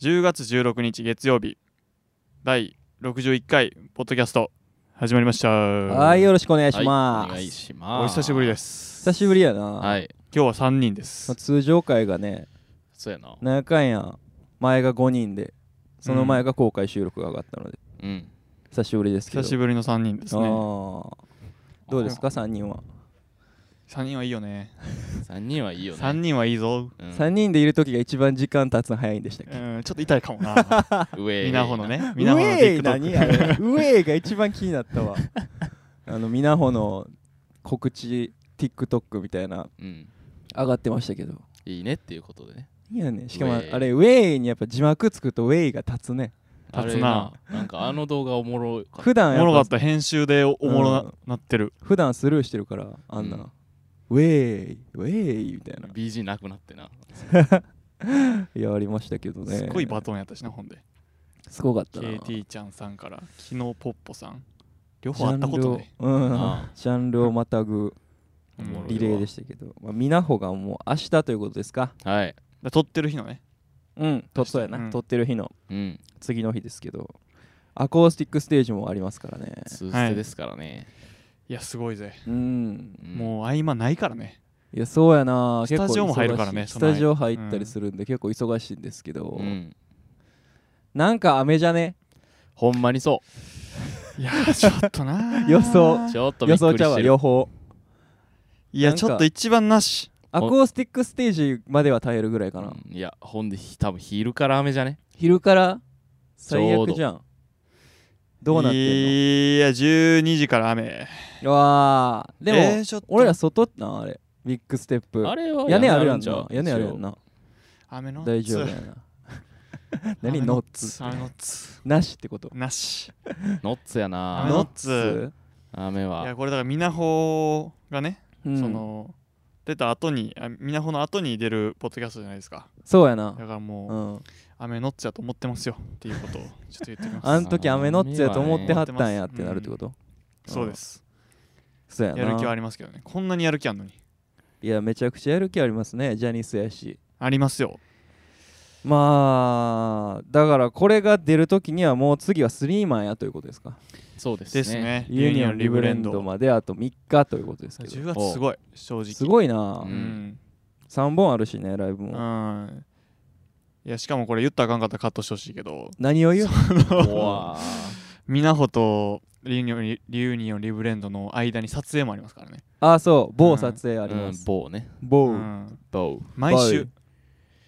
10月16日月曜日第61回ポッドキャスト始まりましたはい、よろしくお願いしまはいお願いす。しおます。。久しぶりですす久しぶりやな。はい。今日は3人ですまあ通常回がね、そうやな。なんやかんや、前が5人で、その前が公開収録が上がったので、うん。久しぶりですけど。久しぶりの3人ですあねーどうですか、3人は。 3人はいいよね三人はいいよね。 3人はいいぞ、うん3人でいる時が一番時間経つの早いんでしたっうけん、ちょっと痛いかも な上。みなほの。ねウみなほのェイ何 TikTok あれウェイが一番気になったわ。あの、みなほの告知、TikTok みたいな、うん。上がってましたけど。いいねっていうことでね。いやね、しかもウェイあれ、ウェイにやっぱ字幕つくとウェイが立つね。あれ立つな。なんかあの動画おもろかった。普段おやもろっかぱった編集でおおもろな,、うんなってる普段スルーしてるからあんな、うんウェイウェイみ たいな BG なくなってな。やりましたけどねすっごいバトンやったしなほんですごかったな KT ちゃんさんから昨日ポッポさん両方会ったことねジャンルをうんあジャンルをまたぐおもろいわリレーでしたけど、まあ、みなほがもう明日ということですかはい。で撮ってる日のねうんとそうやな、うん撮ってる日のうん。次の日ですけどアコースティックステージもありますからね通じてですからね。いやすごいぜ、うんうんもう合間ないからねいやそうやなスタジオも入結構忙しいるからねスその間タジオ入ったりするんで結構忙しいんですけど、うん。なんか雨じゃねほんまにそいやちょっとな 予想う。ちょっとび予っく想りちゃうしわてる両。方いやなんちかょっと一番なしアコースティックステージまでは耐えるぐらいかな、うんいや、ほんで、ひ多分昼から雨じゃね。昼から最ちょう悪どじゃんどうなってんいや12時から雨のわあでも、えーちょっと俺ら外ってなあれビッグステップあれは屋根あるやんじゃな屋根あるやんな。な雨の 大丈夫やな何雨ノッツ雨ノッツなしってことなしノッツやな。雨ノッツ雨いやは。これだからみなほがね、うんその出た後にあみなほの後に出るポッドキャストじゃないですかそうやなだからもう、うん雨ノッツやと思ってますよっていうことをちょっと言ってきますあん時雨ノッツやと思ってはったんやってなるってこと、そうですそうやなやる気はありますけどねこんなにやる気あんのにいやめちゃくちゃやる気ありますねジャニスやしありますよまあだからこれが出る時にはもう次はスリーマンやということですかそうですですね。ねユニオンリブレンドまであと3日ということですけど10月すごい正直すごいな、ううんん、 3本あるしねライブうもん、いやしかもこれ言ったらあかんかったらカットしてほしいけど何を言ううわーみなほとリユニオンリリユニオンリブレンドの間に撮影もありますからね ああそう某撮影ありうまんす、、某ね。某、うん某。毎週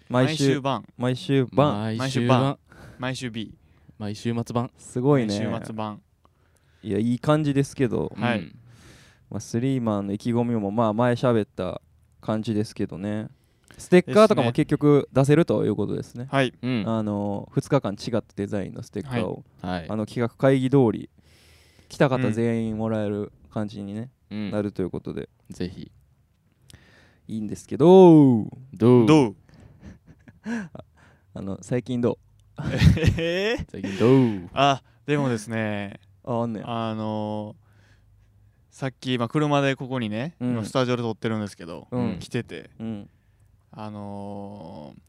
毎毎週週晩毎週晩毎毎週週版晩。毎週 B 毎週末版。すごい毎週ね末版いやいい感じですけど、はいうん。まあ、スリーマンの意気込みもまあ前喋った感じですけどねステッカーとでかすもね結局出せるということですねはいうん。あの2日間違ったデザインのステッカーを、はいあ。の企画会議通り来た方全員もらえる感じに、ねうんなるということでぜひ。いいんですけどどうどうあの最近どえー最近どう あでもですねうああんねやあのーさっき、まあ、車でここにね、うん今スタジオで撮ってるんですけど、うん来ててうんあのー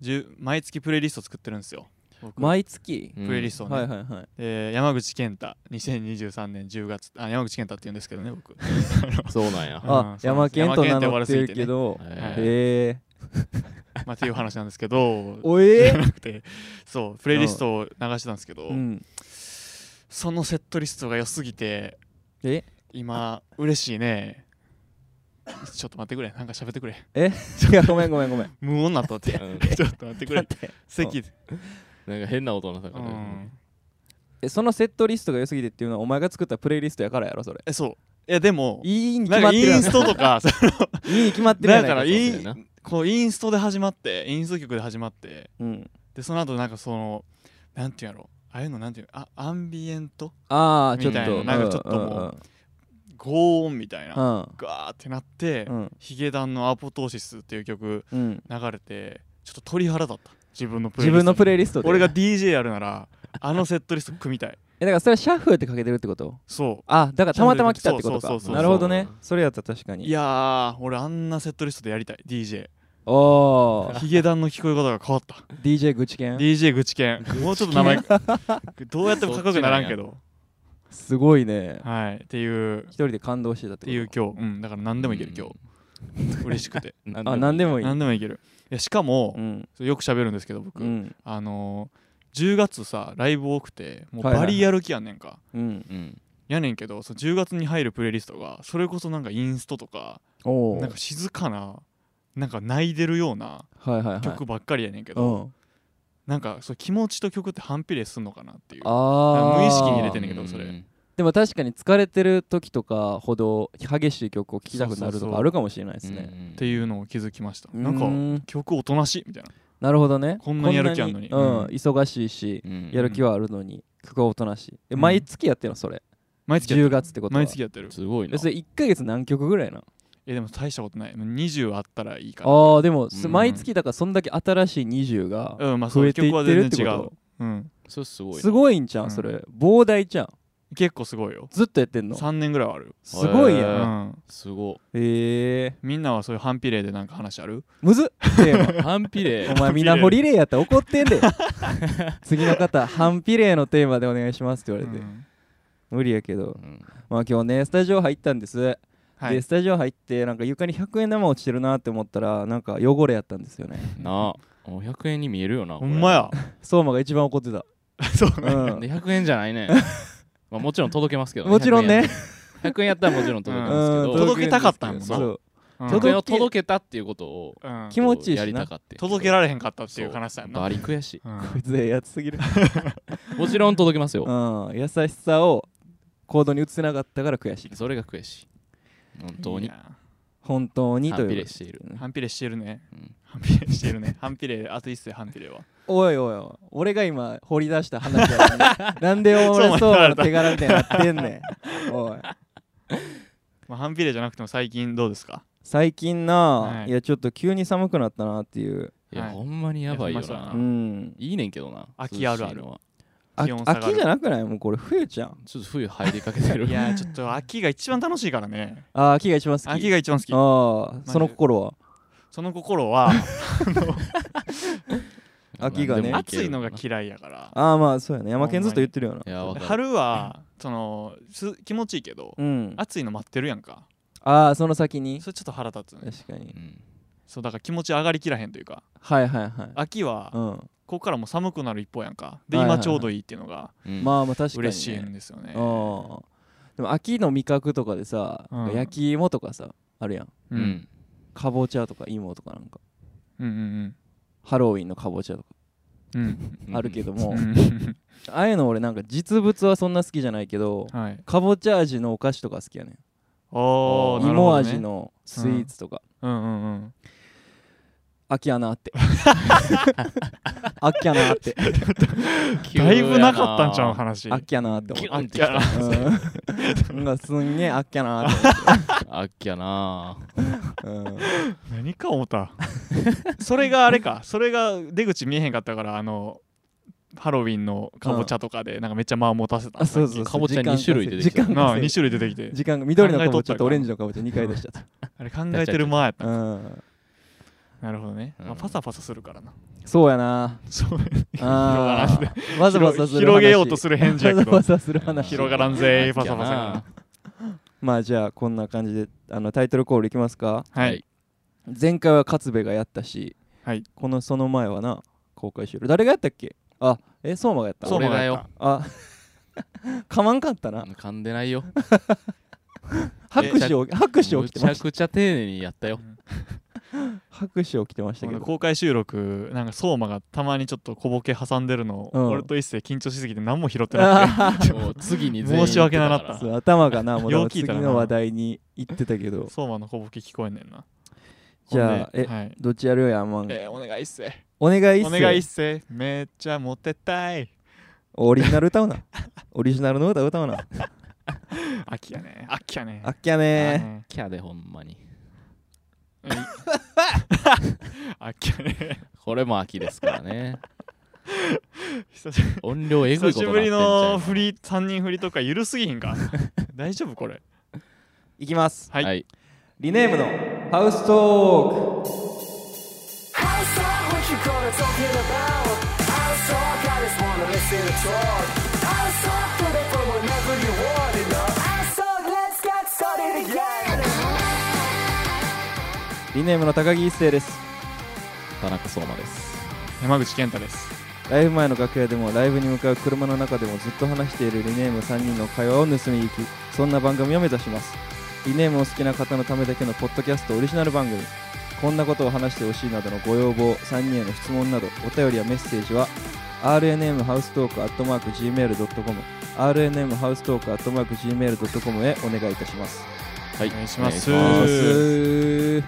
じゅ毎月プレイリスト作ってるんですよ僕毎月、うんプレイリストをね、はいはいはいで山口健太2023年10月あ山口健太って言うんですけどね僕 そうなんや。うあん、そうなんで山す県と山名県って呼ば乗れっすてぎるてねけど、えーへえまあっていう話なんですけどおえなくてそうプレイリストを流してたんですけど、うん、そのセットリストが良すぎてえ今嬉しいねちょっと待ってくれなんか喋ってくれいやごめんごめん ごめん無音になったってうん ちょっと待ってくれ席なんか変な音になったうからねん。えそのセットリストが良すぎてっていうのはお前が作ったプレイリストやからやろそれえそういやでもいいにな決んまかってイるやンんストとか そのいいに決まってるやだんからいイそうだよンこうインストで始まってインスト曲で始まってうん、でその後なんかそのなんていうんやろああいうのなんていうのあアンビエントああちょっみたいとななんかちょっともう轟音みたいなガーってなって、うんうんヒゲダンの「アポトーシス」っていう曲うんうん流れてちょっと鳥肌だった自分のプレイリス自ト分のプレイリストで俺が DJ やるならあのセットリスト組み たいえだからそれはシャッフルってかけてるってことそあだからたまたま来たってこそとうそうそうかそうなるほどねそれやったら確かうにいやー俺あんなセットリストでやりたい DJ あおーヒゲダンの聞こえ方が変わった DJ 愚痴犬 DJ 愚痴犬もうちょっと名 前どうやってもかっこよくならんけどすごいねはいっていう一人で感動してたっってていうこ今日うんだから何でもいける今日嬉しくてとあ何でもいい何でもいけるいやしかもうんそうよく喋るんですけど僕うんあのー10月さライブ多くてもうはいはいはバいリやる気やんねんかうんうんやねんけどその10月に入るプレイリストがそれこそなんかインストとかおおなんか静かななんか泣いてるようなはいはいはい曲ばっかりやねんけうど、んなんかそう気持ちと曲って反比例すんのかなっていうああ無意識に入れてうんんねんけどそれでも確かに疲れてる時とかほど激しい曲を聴きたくなるそうそとうそうかあるかもしれないですね。っねていうのを気づきました、うーなんかん曲おとなしいみたいななるほどね。こんなにやる気あんのにこんなうんうん、忙しいし、やる気はあるのに曲はおとなしい。えうん毎月やってるのそれ。毎月や10ってる月ってことは。毎月やってるすごいえなそれ1ヶ月何曲ぐらいなのえでも大したことないもう20あったらいいかあなあーでもそうん毎月だからそんだけ新しい20がうんまあそ増うえて曲いはってる全って然違こう、うん、それすごいとなすごいんちゃうんんそれ膨大じゃん結構すごいよずっとやってんの3年ぐらいはある、すごいへやんーうん、すごええみんなはそういう反比例でなんか話あるむずっテーマ い反比例お前みなほリレーやったら怒ってんで次の方反比例のテーマでお願いしますって言われて、うん無理やけどうんまあ今日ねスタジオ入ったんです、はいでスタジオ入ってなんか床に100円玉落ちてるなって思ったらなんか汚れやったんですよねなあお100円に見えるよなほんまや相馬が一番怒ってた、 そうねこれうで100円じゃな いねまあもちろん届けますけどん、もちろんね100円100円やったらもちろん届けうますけんど届けたかったんやもんなそううん届100円をけ届けたっていうことをうん気持ちいいしなやりたかって届けれられへんかったっていう悲しさやんなバリ悔しうんこいつええやつすぎる、いもちろん届けますうよん、優しさを行動に移せなかったから悔しいそれが悔しい本当いいにな本当にと反比い例うしている反比例してるねうん反比例してるね反比例あと一世反比例はおいおいおい俺が今掘り出した話やのになんで俺そうなの手柄みたいになってんねんおいまあ反比例じゃなくても最近どうですか最近な、はいい、やちょっと急に寒くなったなっていう、いやはいほんまにやばいよいやほんまそうう、やなんいいねんけどな秋あるある涼しいのはあ気温下がる秋じゃなくないもうこれ冬じゃんちょっと冬入りかけてるいやーちょっと秋が一番楽しいからねあー秋が一番好き秋が一番好きあジあでその心はその心は秋がね何で暑もいのけがる嫌いやからああまあそうやね山県ずっと言ってるよない やわかる春はそのす気持ちいいけどうん暑いの待ってるやんかああその先にそれちょっと腹立つね確かにうんそうだから気持ち上がりきらへんというかはいはいはい秋はうこんこからもう寒くなる一方やんかではい今はいはいちょうどいいっていうのがうんまあまあ確かに、ね、嬉しいんですよねあーでも秋の味覚とかでさ、うん焼き芋とかさあるやんううんんかぼちゃとか芋とかなんかうんうんハロウィンのかぼちゃとかうんあるけども、うんああいうの俺なんか実物はそんな好きじゃないけどうん はいかぼちゃ味のお菓子とか好きやねんおあーなるほ芋どね味のスイーツとか、うんうんうん飽きやなって飽きやなってだいぶなかったんちゃう話飽きやなって思ギっュたンってきたうん なんかすんげえ飽きやなって秋やな思って、何か思ったそれがあれかそれが出口見えへんかったからあのハロウィンのかぼちゃとかでなんかめっちゃ間を持たせた、あそうそうそうかぼちゃ時間二種類出てきた稼ぐ時間なあ稼ぐ2種類出てきて時間が緑のかぼち考えゃとったかとオレンジのかぼちゃ2回出しちゃっあれ考えてる間やったた、うん、なるほどね、うんまあ、パサパサするからなそうやなそう あ広がらーわざわざする話広げようとする返事やけわどざわざする話広がらんぜー秋パやサパサながまあじゃあこんな感じであのタイトルコールいきますかははいい前回は勝部がやったし、はいこのその前はな公開収録誰がやったっけあえ相馬がやったそう俺もだよあ かまんかったな噛んでないよ拍手を拍手をむ起きてちまゃしくちゃ丁寧に やったよた拍手を起きてましたけど公開収録なんか相馬がたまにちょっと小ボケ挟んでるの、うん俺と一星緊張しすぎて何も拾ってなくて あもう次に申し訳なかったーそう 頭がなもうだかよう聞らい次たなの話題に行ってた けど相馬の小ボケ聞こえんねんなじゃあほんでえはい、どっちやるよやんまんえーお願い一星お願いっおす願い一星めっちゃモテたいオリジナル歌 うなオリジナルの歌歌うな秋やね秋やねあっきゃやねねキャでほんまに秋やねこれも秋ですからね 久し音量えぐ久いこしとぶりの振リり3人振りとか緩すぎひん か大丈夫これいきますはい、はいリネームのハウストーク it's on. I saw through it, but whenever you want it, now. I saw, let's get started again. リネームの高木一生です田中相馬です山口健太ですライブ前の楽屋でもライブに向かう車の中でもずっと話しているリネーム3人の会話を盗み行きそんな番組を目指しますリネームお好きな方のためだけのポッドキャストオリジナル番組こんなことを話してほしいなどのご要望3人への質問などお便りやメッセージは RNM ハウストークアットマーク Gmail.com RNM ハウストークアットマーク Gmail.com へお願いいたしますはいお願いしますお願いし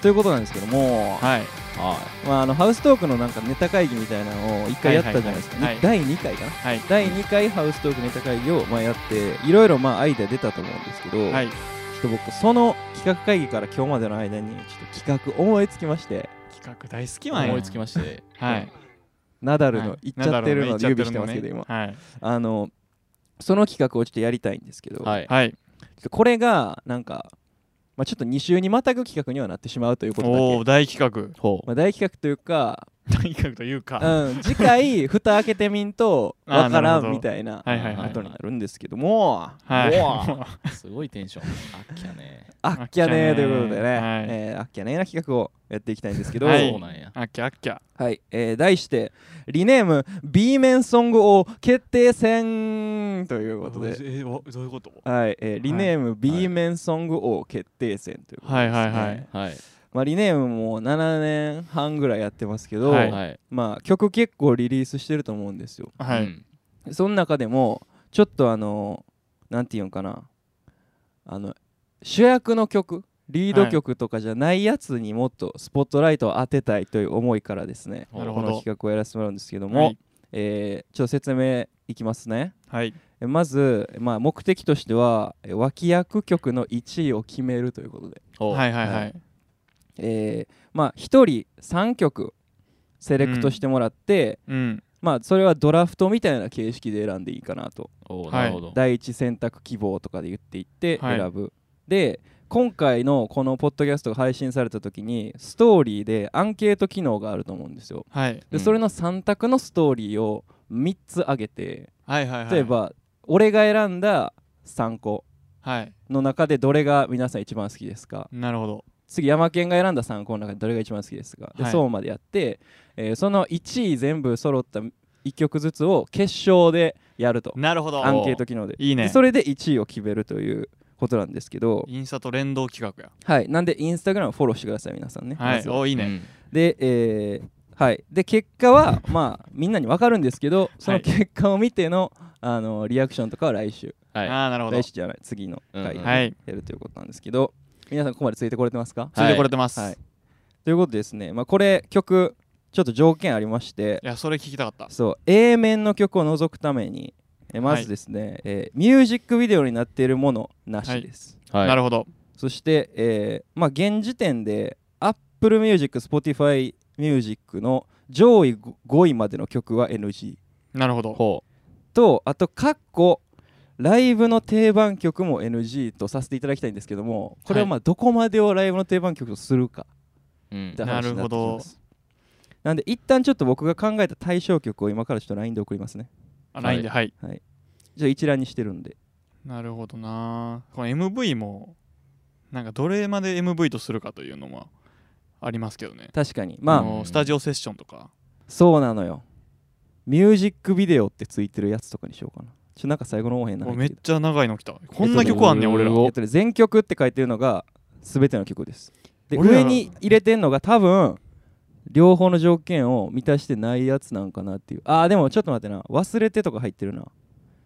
ということなんですけども、はいますはまあ、あのハウストークのなんかネタ会議みたいなのを1回やったじゃないですか、はいはい第2回かなはい第2回ハウストークネタ会議をまあやっていろいろまあアイデア出たと思うんですけど、はいちょっと僕その企画会議から今日までの間にちょっと企画思いつきまして企画大好きいなんや思いつきましてはいナダルはのい言っちゃってるのをナダル準の備してますけど言っ今ちゃってるのねあのその企画をちょっとやりたいんですけど、ははいいはいちょっとこれがなんか、まあ、ちょっと2週にまたぐ企画にはなってしまうということだおおけー、大企ほまあ、大企画というか、画 大企画というかうん、次回蓋開けてみんとわかあーなるらほんどみたいなはいはいはいことになるんですけどもはいもうもうすごいテンションあっきゃねあっきゃねあっきゃねーーということでね、はいえーあっきゃねーな企画をやっていきたいんですけど、ははいいそうなんやう あっきゃあっきゃえー題して「リネーム B 面ソング王決定戦」ということで、えおどういうことはいえーリネーム B 面ソング王決定戦ということです、ねはいはいはいはいまあ、リネームも7年半ぐらいやってますけど、はいはいまあ、曲結構リリースしてると思うんですよはういんその中でもちょっとあのなんていうんかなあの主役の曲リード曲とかじゃないやつにもっとスポットライトを当てたいという思いからですねなるこほのど企画をやらせてもらうんですけども、はいえーちょっと説明いきますねはいえまず、まあ、目的としてはえ脇役曲の1位を決めるということで、ほうはいはいははいいえーまあ、1人3曲セレクトしてもらって、うんまあ、それはドラフトみたいな形式で選んでいいかなとおうはいなるほど第一選択希望とかで言っていってはい選ぶ、で今回のこのポッドキャストが配信された時にストーリーでアンケート機能があると思うんですよはいで、うんそれの3択のストーリーを3つ上げてはいはいはい例えば、俺が選んだ3個はいの中でどれが皆さん一番好きですかなるほど次山県が選んだ3個の中でどれが一番好きですかで、はいそうまでやって、えーその1位全部揃った1曲ずつを決勝でやるとなるほどアンケート機能でいいでねそれで1位を決めるということなんですけど、インスタと連動企画やはい、なんでインスタグラムフォローしてください皆さんね、はまいずおいいいねで、えーはい、で結果は まあみんなに分かるんですけどその結果を見ての,、あのリアクションとかは来週はいああなるほど来週じゃない次の回うんでうんはいやるということなんですけど、皆さんここまでついてこれてますか、ついてこれてますはいいということでですね、まあ、これ曲ちょっと条件ありましてやそれ聞きたかったそう A 面の曲を除くためにえまずですね、えーミュージックビデオになっているものなしです、はいなるほどそして、えーまあ、現時点で Apple Music、Spotify Music の上位ご5位までの曲は NG なるほどほとあと、かっこライブの定番曲も NG とさせていただきたいんですけどもこれははいまあどこまでをライブの定番曲とするかううんって話になってきなるほまどす。なんで一旦ちょっと僕が考えた対象曲を今からちょっと LINE で送りますね。あ LINE ではいじゃあ一覧にしてるんで。なるほどなこの MV もなんかどれまで MV とするかというのもありますけどね確かに。あまあ、のスタジオセッションとかそうなのよ。ミュージックビデオってついてるやつとかにしようかな。ちょっとなんか最後の方へんなお入めっってるちゃ長いの来たこんな曲あんねん俺らえっとえっとね、全曲って書いてるのが全ての曲です。で俺ら上に入れてんのが多分両方の条件を満たしてないやつなんかなっていう。ああ、でもちょっと待ってな。忘れてとか入ってるな。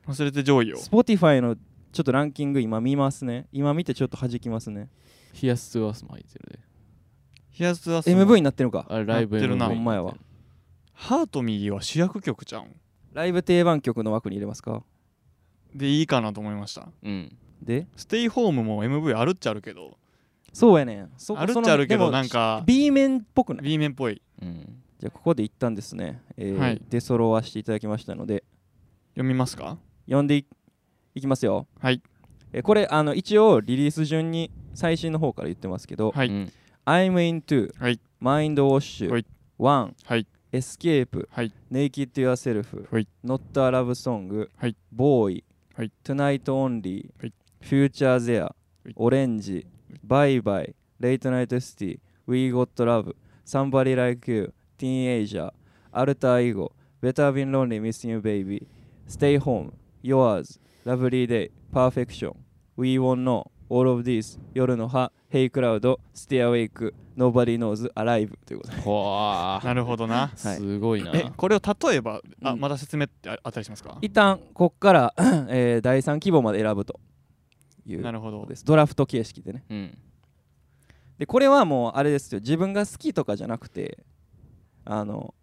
忘れて上位を Spotify のちょっとランキング今見ますね。今見てちょっと弾きますね。ヒアスツアスも入ってるで冷やすは MV になってるのか。あライブやってるな MV ほんまやわハートミーは主役曲じゃんライブ定番曲の枠に入れますか。でいいかなと思いましたうんで、ステイホームも MV あるっちゃあるけどそうやねん。そあるっそちのゃあるけでどもなんか B 面っぽくない B 面っぽいうんじゃあここで一旦ですね、えーはい出揃わせていただきましたので読みますか読んでいいきますよ、はいえーこれあの一応リリース順に最新の方から言ってますけどはいうん「I'm into、はい Mind Wash、はい One、はいエスケープ、はいネイキッド・ユア・セルフはい、ノット・ア・ラブ・ソングはい、ボーイはい、トゥナイト・オンリはいー、フューチャー・ゼアい、オレンジ、バイバイ、レイト・ナイト・シティ、ウィー・ゴット・ラブ、サンバリ・ライク・ユー、ティーン・エイジャー、アルタ・イゴ、ベター・ビン・ロンリー・ミス・ユー・ベイビー、ステイ・ホーム、ヨアーズ、ラブリー・デイ、パーフェクション、We Won't Know All of These 夜の葉 Hey Cloud Stay Awake Nobody Knows Alive ということでわあなるほどなすごいな。えこれを例えばあ、うんまた説明ってああったりしますか一旦こっから、 えー第3希望まで選ぶというなこるほどとですドラフト形式でねうん。でこれはもうあれですよ自分が好きとかじゃなくてあの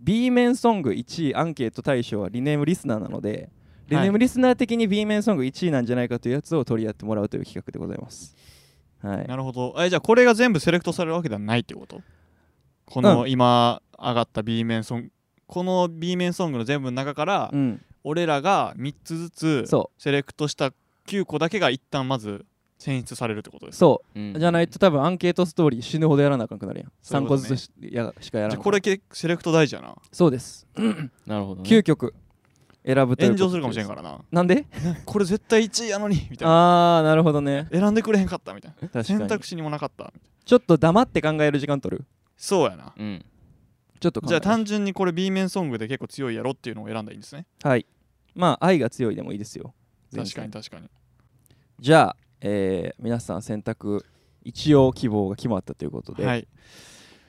B 面ソング1位アンケート対象はリネームリスナーなのでリネームリスナー的に B 面ソング1位なんじゃないかというやつを取り合ってもらうという企画でございますはいなるほどえじゃあこれが全部セレクトされるわけではないってことこの今上がった B 面ソングこの B 面ソングの全部の中から、うん俺らが3つずつそセレクトした9個だけが一旦まず選出されるってことですかそううんじゃないと多分アンケートストーリー死ぬほどやらなあかんくなるやん。そうい3うこ個とねずつしやしかやらじゃない。あこれけセレクト大事やなそうです。なるほどね。 9曲選ぶという炎こと。上するかもしれんかららななんでこれ絶対1位やのにみたいなあー、なるほどね。選んでくれへんかったみたいな確かに選択肢にもなかったちょっと黙って考える時間取る。そうやなうん。ちょっと考えじゃある単純にこれ B 面ソングで結構強いやろっていうのを選んだらいいんですねはい。まあ、愛が強いでもいいですよ。全確然かに。確かにじゃあ、えー皆さん選択、一応希望が決まったということで、はい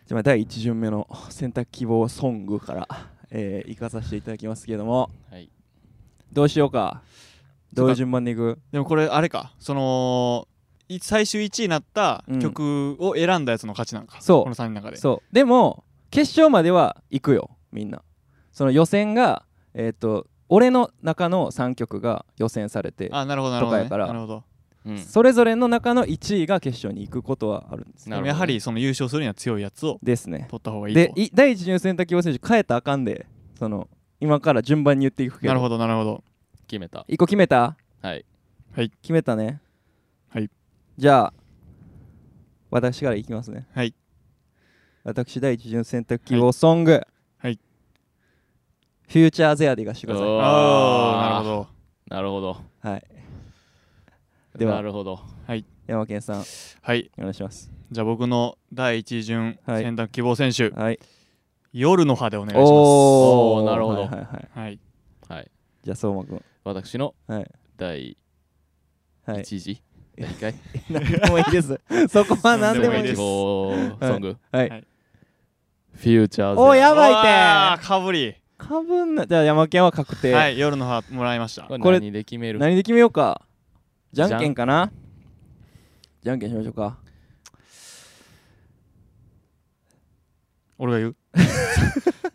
じゃあ第1巡目の 選択希望ソングから、えー、行かさせていただきますけども、はい。どうしようか。どういう順番でいくでもこれあれかそのい最終1位になった曲を選んだやつの勝ちなんか、そうこの3人の中でそうでも決勝までは行くよみんなその予選がえっ、と俺の中の3曲が予選されてあなるほどなるほど、ね、とかやからなるほどうん。それぞれの中の1位が決勝に行くことはあるんですでなるほどもやはりその優勝するには強いやつをですね取った方がいいとでい第1巡選択希望選手変えたらあかんでその今から順番に言っていくけどなるほどなるほど決めた。 1個決めたはい。決めたねはいじゃあ私からいきますねはい私第1巡選択希望ソングはいフューチャーゼアでいかしてくださいおーああーなるほどなるほど。はい。ではなるほど。山県さん、はいお願いします。じゃあ僕の第一巡はい選択希望選手、はい。夜の葉でお願いしますおーーなるほどはいはいはい。はいはい。じゃあ、相馬くん。私のはい。第 はい。 1次、第1回、何でもいいです。 そこは 何でもいいでです。もいいです。ソング、ははいい。フューチャーズ。おーやばいあてかぶりかぶんな。じゃあ、山県は確定。はい夜の葉もらいましたこれこれ何で決める何で決めようか。じゃんけんかな。じゃんけんしましょうか。俺 が言う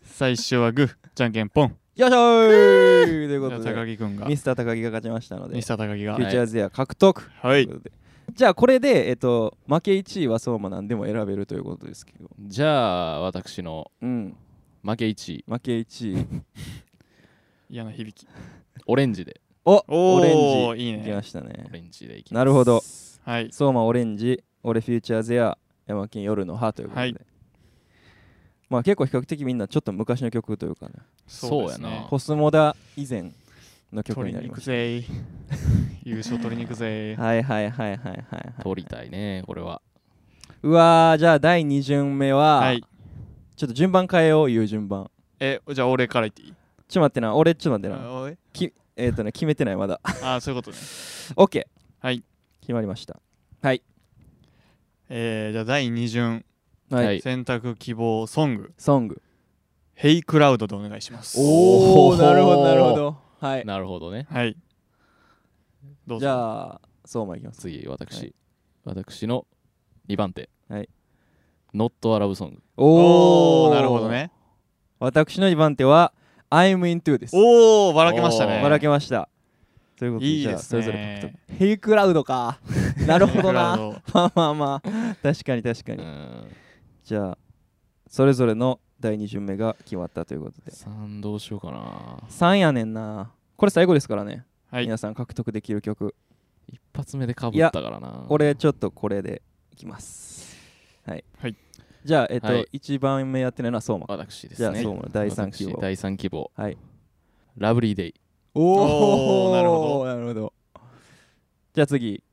最初はグーじゃんけんポンよいしょーということじゃあ高で、木君がミスター高木が勝ちましたので、ミフスター高木がューチャーゼア獲得。はといいうことでじゃあ、これで、えっと、負け1位は相馬なんでも選べるということですけど。じゃあ、私のうん。負け1位、負け1位。嫌な響きオレンジで。おおーオレンジいいね行きましたねオレンジでいきます。なるほどはい相馬オレンジ俺フューチャーゼア山金夜の葉ということで、はいまあ結構比較的みんなちょっと昔の曲というかねそうやなですねコスモダ以前の曲取りになにり行まくしたぜ 優勝取りに行く ぜはいはいはいはいはいはい取りたいね、これは。うわーじゃあ第2巡目は、はいちょっと順番変えよう言う順番えじゃあ俺から言っていいちょっと待ってな俺ちょっと待ってなあおいきえっ、とね決めてないまだ あそういうことね OK はい決まりましたえーじゃあ第2巡はい、はい選択希望ソングソング「ヘイクラウドでお願いしますおーーなるほどなるほどはいなるほどね。はいどうぞじゃあ相馬いきます次、私。はい私の2番手。はい。ノットアラブソング。おおなるほどね私の2番手は I'm into です。おおばらけましたねばらけました。ということで、いいじゃであすそねれぞれ獲得。ヘイクラウドか。なるほヘイどクな。ラウドまあまあまあ。確かに確かうに。ん。じゃあ、それぞれの第2巡目が決まったということで。 3どうしようかな。 3やねんな。これ最後ですからね。はい皆さん獲得できる曲。一発目でかぶったからな。俺、ちょっとこれでいきます。はい。はいじゃあ、えっと、はい一番目やってないのは相馬。私ですじゃね。あ、相馬の第三希私望。第三希望。はい。ラブリーデイ。おーなるほどなるほど。じゃあ次、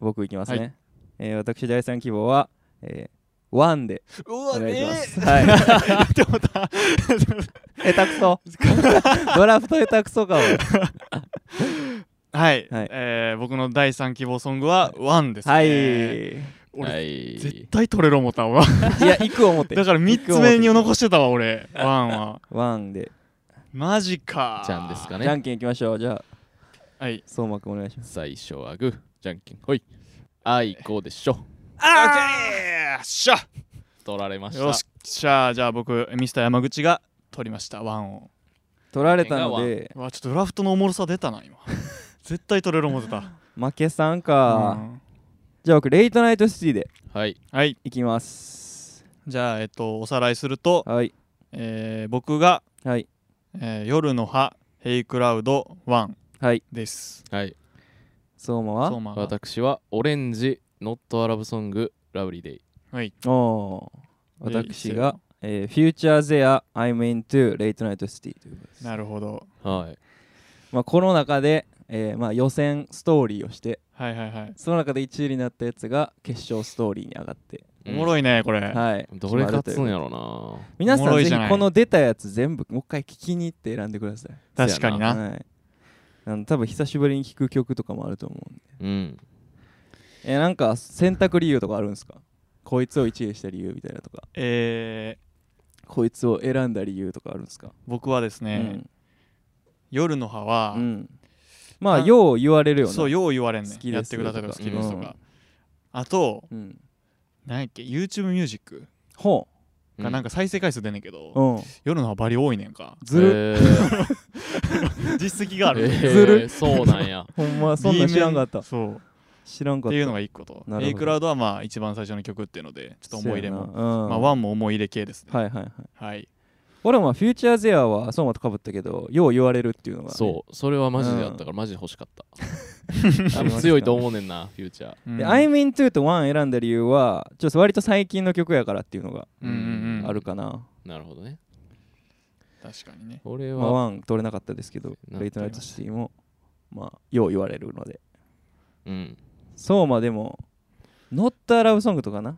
僕いきますね。はえー私、第三希望は、えーワンでうおわ願いします。えはい。 ー って思った下手くそ。ドラフト下手くそか、俺。はい、はいえー僕の第三希望ソングは「ワンです、ねはい。俺はい。絶対取れる思ったわいや、行く思ってだ。から3つ目に残してたわ俺ワンはワンで。マジかじゃんですかじゃね。んけんいきましょう。じゃあ、はい相馬くんお願いします。最初はグー、じゃんけん、ほい。あいこでしょ。あーよっしゃ取られました。よっしゃじゃあ僕ミスター山口が取りましたワンを取られたので、うわちょっとドラフトのおもろさ出たな 今絶対取れる思ってた負けさんうか。んじゃあ、僕、レイトナイトシティではい。はい行きます。じゃあえっとおさらいすると、はい。えー僕が、はい。えー夜の葉ヘイクラウドワンはい。ですはい。相馬はそうまあ私はオレンジ、ノットアラブソング、ラブリーデイ。はいおーで私が、えー、Future There I'm Into Late Night City ということです。なるほどはい。まあ、この中で、えーまあ、予選ストーリーをしてはいはいはいその中で1位になったやつが決勝ストーリーに上がって、おもろいねこれ、はいうん。どれ勝つん決まるというやろ皆おもさろんいぜじゃひないこの出たやつ全部もう一回聞きに行って選んでください。確かになはい、あの多分久しぶりに聞く曲とかもあると思うんで、うな。うん。えーなんか選択理由とかあるんですかこいつを1位にした理由みたいなとかえーこいつを選んだ理由とかあるんですか、僕はですね、うん夜の葉は、うん、まあなよう言われるよねそうよう言われんね好んきやでっすてくださいとかと好かきですとうんか、あとうん、何やっけ YouTube ミュージックほがなんか再生回数出んねんけど、う、うん、夜の葉バリ多いねん かずる、えー実 績がある、えーずるそうなんや。ほん まそんなん知らんかったそう知らんかっってたいうのが一個となるほどエイクラウドはまあ一番最初の曲っていうのでちょっと思い入れも、そうやなうんまあワンも思い入れ系ですねはいはいはいはい俺もまあフューチャーゼアはそうまとかぶったけどよう言われるっていうのがね、そう、それはマジであったから、マジで欲しか った。多分強いと思うねんな、フューチャー。ううんで「I'm into」と「One」選んだ理由はちょっと割と最近の曲やからっていうのがうんうんうんあるかな、なるほどね。確かにね俺まあは、ワン取れなかったですけど「なレイトナイトシティ」もまあよう言われるのでうん。そうまでも「ノットアラブソング」とかな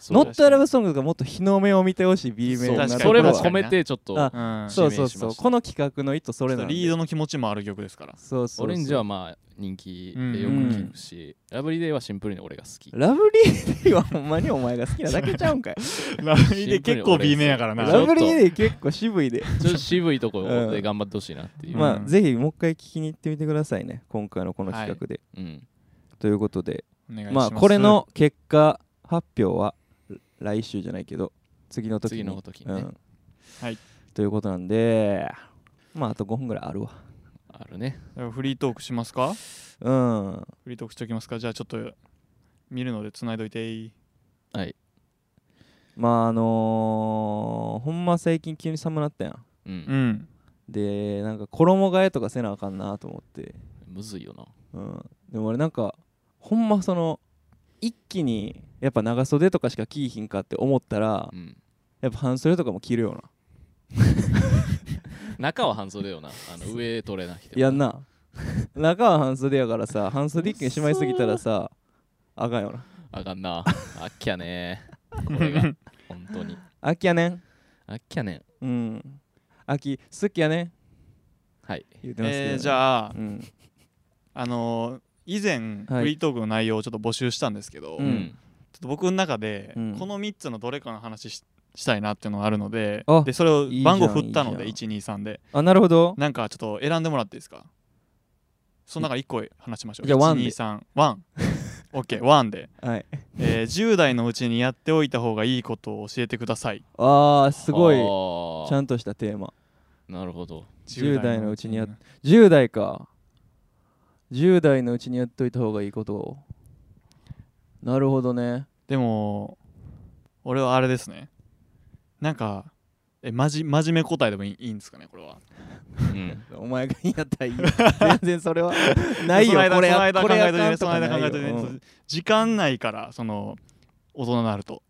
そうノットアラブソングがもっと日の目を見てほしい B 面そうな確かにそれも込めてちょっとあうんそうそう指名しそまうしたこの企画の意図そちょれっなとんでリードの気持ちもある曲 ですからそうそうそうオレンジはまあ人気でよく聞くし、ラブリーデイはシンプルに俺が好 き。ラブリーデイはほんまにお前が好きなだけちゃうん かいラブリーで結構 B 面やからなラブリーデイ結構渋いでちょっと渋いとこうんで頑張ってほしいなっていう。まあぜひもう一回聞きに行ってみてくださいね今回のこの企画で、うん。ということでお願いしままあすこれの結果発表は来週じゃないけど次の時に次の時にねうんはいということなんでまああと5分ぐらいあるわあるね。フリートークしますかうんフリートークしておきますかじゃあちょっと見るので繋いどいていいまああのー、ほんま最近急に寒なったやんう。うんんでなんか衣替えとかせなあかんなと思ってむずいよな。うん、でも俺なんかほんまその一気にやっぱ長袖とかしか着いひんかって思ったらうん。やっぱ半袖とかも着るよな中は半袖よな。あ の上取れなくて。やんな 中は半袖やから さ半袖一気にしまいすぎたらさあかんよなあか んな。あっきゃね。これが。本当に。秋やねんあっきゃねん。うん秋好きやねんはい。言ってますけど、ねえーじゃあうんあのー以前はいフリートークの内容をちょっと募集したんですけど、ううんん。ちょっと僕の中で、うんこの3つのどれかの話ししたいなっていうのがあるのであでそれをいいじゃ番ん号振ったのでいい123であなるほどなんかちょっと選んでもらっていいですかその中1個話しましょうじゃあワンで123ワ ンオッケーワンで、はいえー10代のうちにやっておいた方がいいことを教えてくださいあーすごいちいゃ。んとしたテーマなるほど。 10代のうちにやっ10代か10代のうちにやっといた方がいいことをなるほどねでも俺はあれですねなんかえまじ真面目答えでもいいいいんですかねこれはうん。お前が言いやったらいいよ 全然それはないよその間これそのや間こ考れやえといかてんねとそのか間ない考よえといてねうそんう時間ないからその大人になると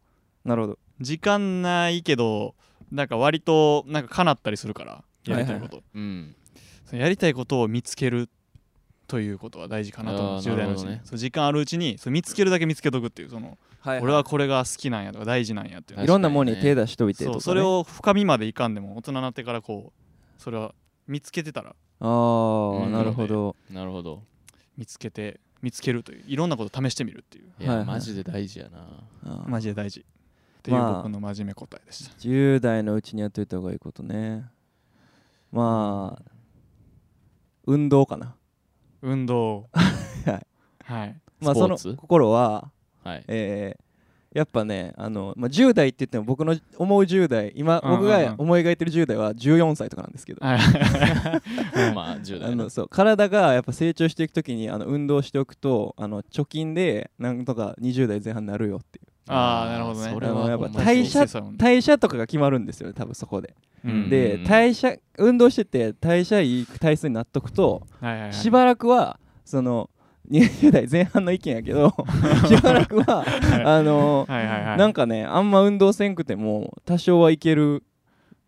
なるほど時間ないけどなんか割となんか叶ったりするからやりたいこと、うんそのやりたいことを見つけるということは大事かなと思うあー10代のうちに、なるほどねそう時間あるうちにそう見つけるだけ見つけとくっていうその、はい俺はこれが好きなんやとか大事なんやっていうのいろんなものに手出しといてとそか、ね、うそれを深みまでいかんでも大人になってからこうそれは見つけてたらああ、うんなるほどなるほど見つけて見つけるといういろんなこと試してみるっていういはいやはいマジで大事やなあーマジで大事っていうまあ僕の真面目答えでした、 10代のうちにやっといた方がいいことねまあ運動かな運動はいはいまあスポそーのツ心は はいえーやっぱねあの、まあ、10代って言っても僕の思う10代今うんうんうん僕が思い描いてる10代は14歳とかなんですけど、はいまあ10あ代ののそう体がやっぱ成長していく時にあの運動しておくとあの貯金でなんとか20代前半になるよっていああなるほどねそこれあはのやっほぱんまに代謝そうそうう代謝とかが決まるんですよね多分そこで、うんうんで代謝運動してて代謝いい体質になっとくと、はいはいはいしばらくはその20代前半の意見やけどしばらくはあのはいはいはいなんかねあんま運動せんくても多少はいける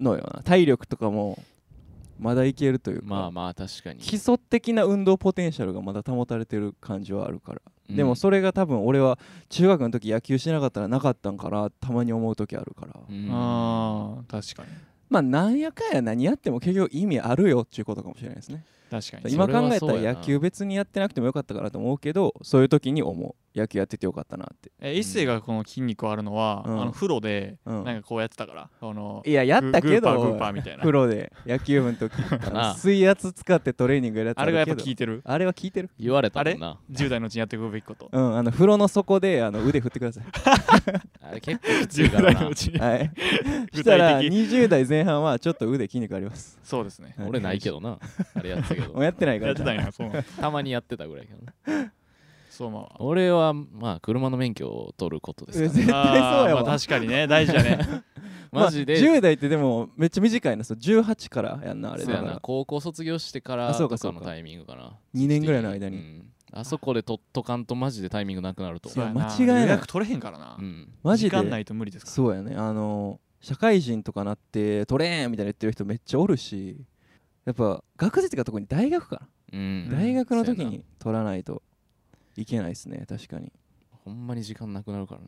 のよな体力とかもまだいけるというか、まあまあ確かに基礎的な運動ポテンシャルがまだ保たれてる感じはあるから、うんでもそれが多分俺は中学の時野球しなかったらなかったんからたまに思う時あるから、うんああ確かにまあなんやかんや何やっても結局意味あるよっていうことかもしれないですね確かに今それは考えたそうらやな野球別にやってなくてもよかったかなと思うけどそういう時に思う野球やっててよかったなって、え一星がこの筋肉あるのは、うんあの風呂でうんなんかこうやってたから、このいややったググけどーパーグーパーみたいなプロで野球部の時 あなの水圧使ってトレーニングやるやつああれるがやっけぱど効いて るあれは聞いてる言われたもんな10代のうちにやっていくべきことうんあの風呂の底であの腕振ってくださ いあれ結構きつい10から代のなうちにはい具したら体的20代前半はちょっと腕筋肉ありますそうですね俺ないけど なあれやってたけ もう どやってないからやってたんや そうたまにやってたぐらいけどなそうまあ俺はまあ車の免許を取ることですえか絶対そうやあーわ、まあ確かにね大事だ ねらマジでまあ10代ってでもめっちゃ短いなそう18からやんなあれそうだやかなら高校卒業してかあらそうとかそかうかのタイミングかな2年ぐらいの間にうんあそこで取っとかんとマジでタイミングなくなるとそ思ううやな間違いない予約取れへんからなうんマジ時間なでいと無理ですかそうやねあの社会人とかなってトレーンみたいな言ってる人めっちゃおるしやっぱ学生とか特に大学かうんな、大学の時そうやに取らないといけないですね確かになほんまに時間なくなるからな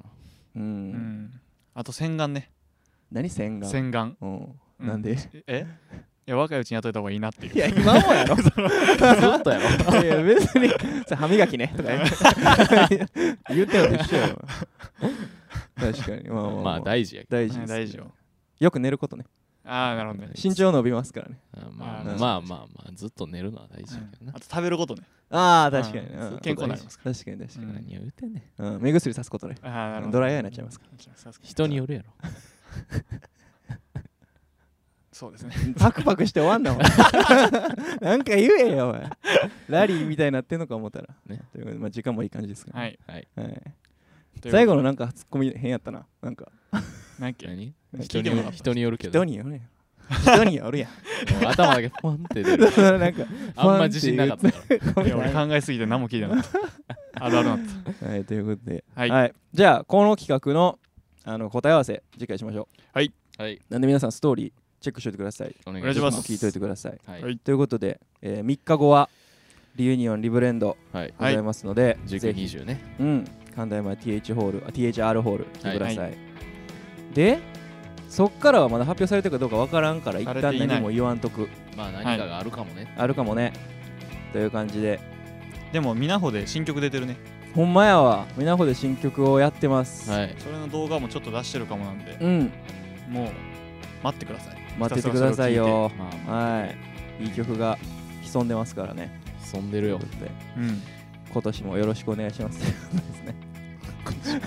うん、らうんあと洗顔ね何洗顔洗顔うん、うんなんでえいや若いうちにやっといた方がいいなっていういや今も やろずっとやろいや別にそれ歯磨きねとか言う言ってんのと一緒やろ確かにまあまあ,、まあ大事やけ大事はでいすね大事よよく寝ることねああなるほどね身長伸びますからねどまああまーあまあまあずっと寝るのは大事やけどなあと食べることねああ確かに、うんうん健康になります確かに確かに、うん何を言うてんねんうん、目薬さすことねあーなるほどドライアイになっちゃいますか人によるやろそうですねパクパクして終わんなお前 なんか言えよお前ラリーみたいになってんのか思ったら、ねということでまあ、時間もいい感じですから、 はいはいという最後のなんかツッコミ変やったななんか何っけ 何聞いてもらった人によるけど人によるやん人によるやん もう頭だけポンって出 るなんかあんま自信なかったからたいや俺考えすぎて何も聞いてなかった。あるあるなった。はいということで、はいじゃあこの企画のあの答え合わせ次回しましょうはいなんで皆さんストーリーチェックしておいてくださいおお願いしますぜひ聞いておいてくださいはいはいということで、え3日後はリユニオンリブレンドはいございますので、ぜひ、 1920ねうん、神田山 TH ホールあ THR ホール来てください、はでそっからはまだ発表されてるかどうかわからんから一され旦ていない何も言わんとくまあ何かがあるかもねあるかもねという感じででも、みなほで新曲出てるね。ほんまやわみなほで新曲をやってます、はいそれの動画もちょっと出してるかもなんで、うんもう待ってください。待っててくださいよまあまはいいい曲が潜んでますからねあそんでといるうよことでうん。今年もよろしくお願いします です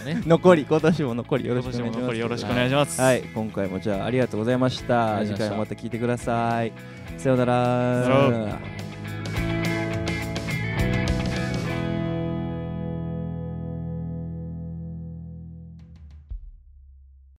ねね残り今年も残りよろ今しくお年願も残いしますりよろしくお願いします。はい、今回もじゃあありがとうございました。あ次りがとうございました回もまた聞いてください。さようなら。さようはい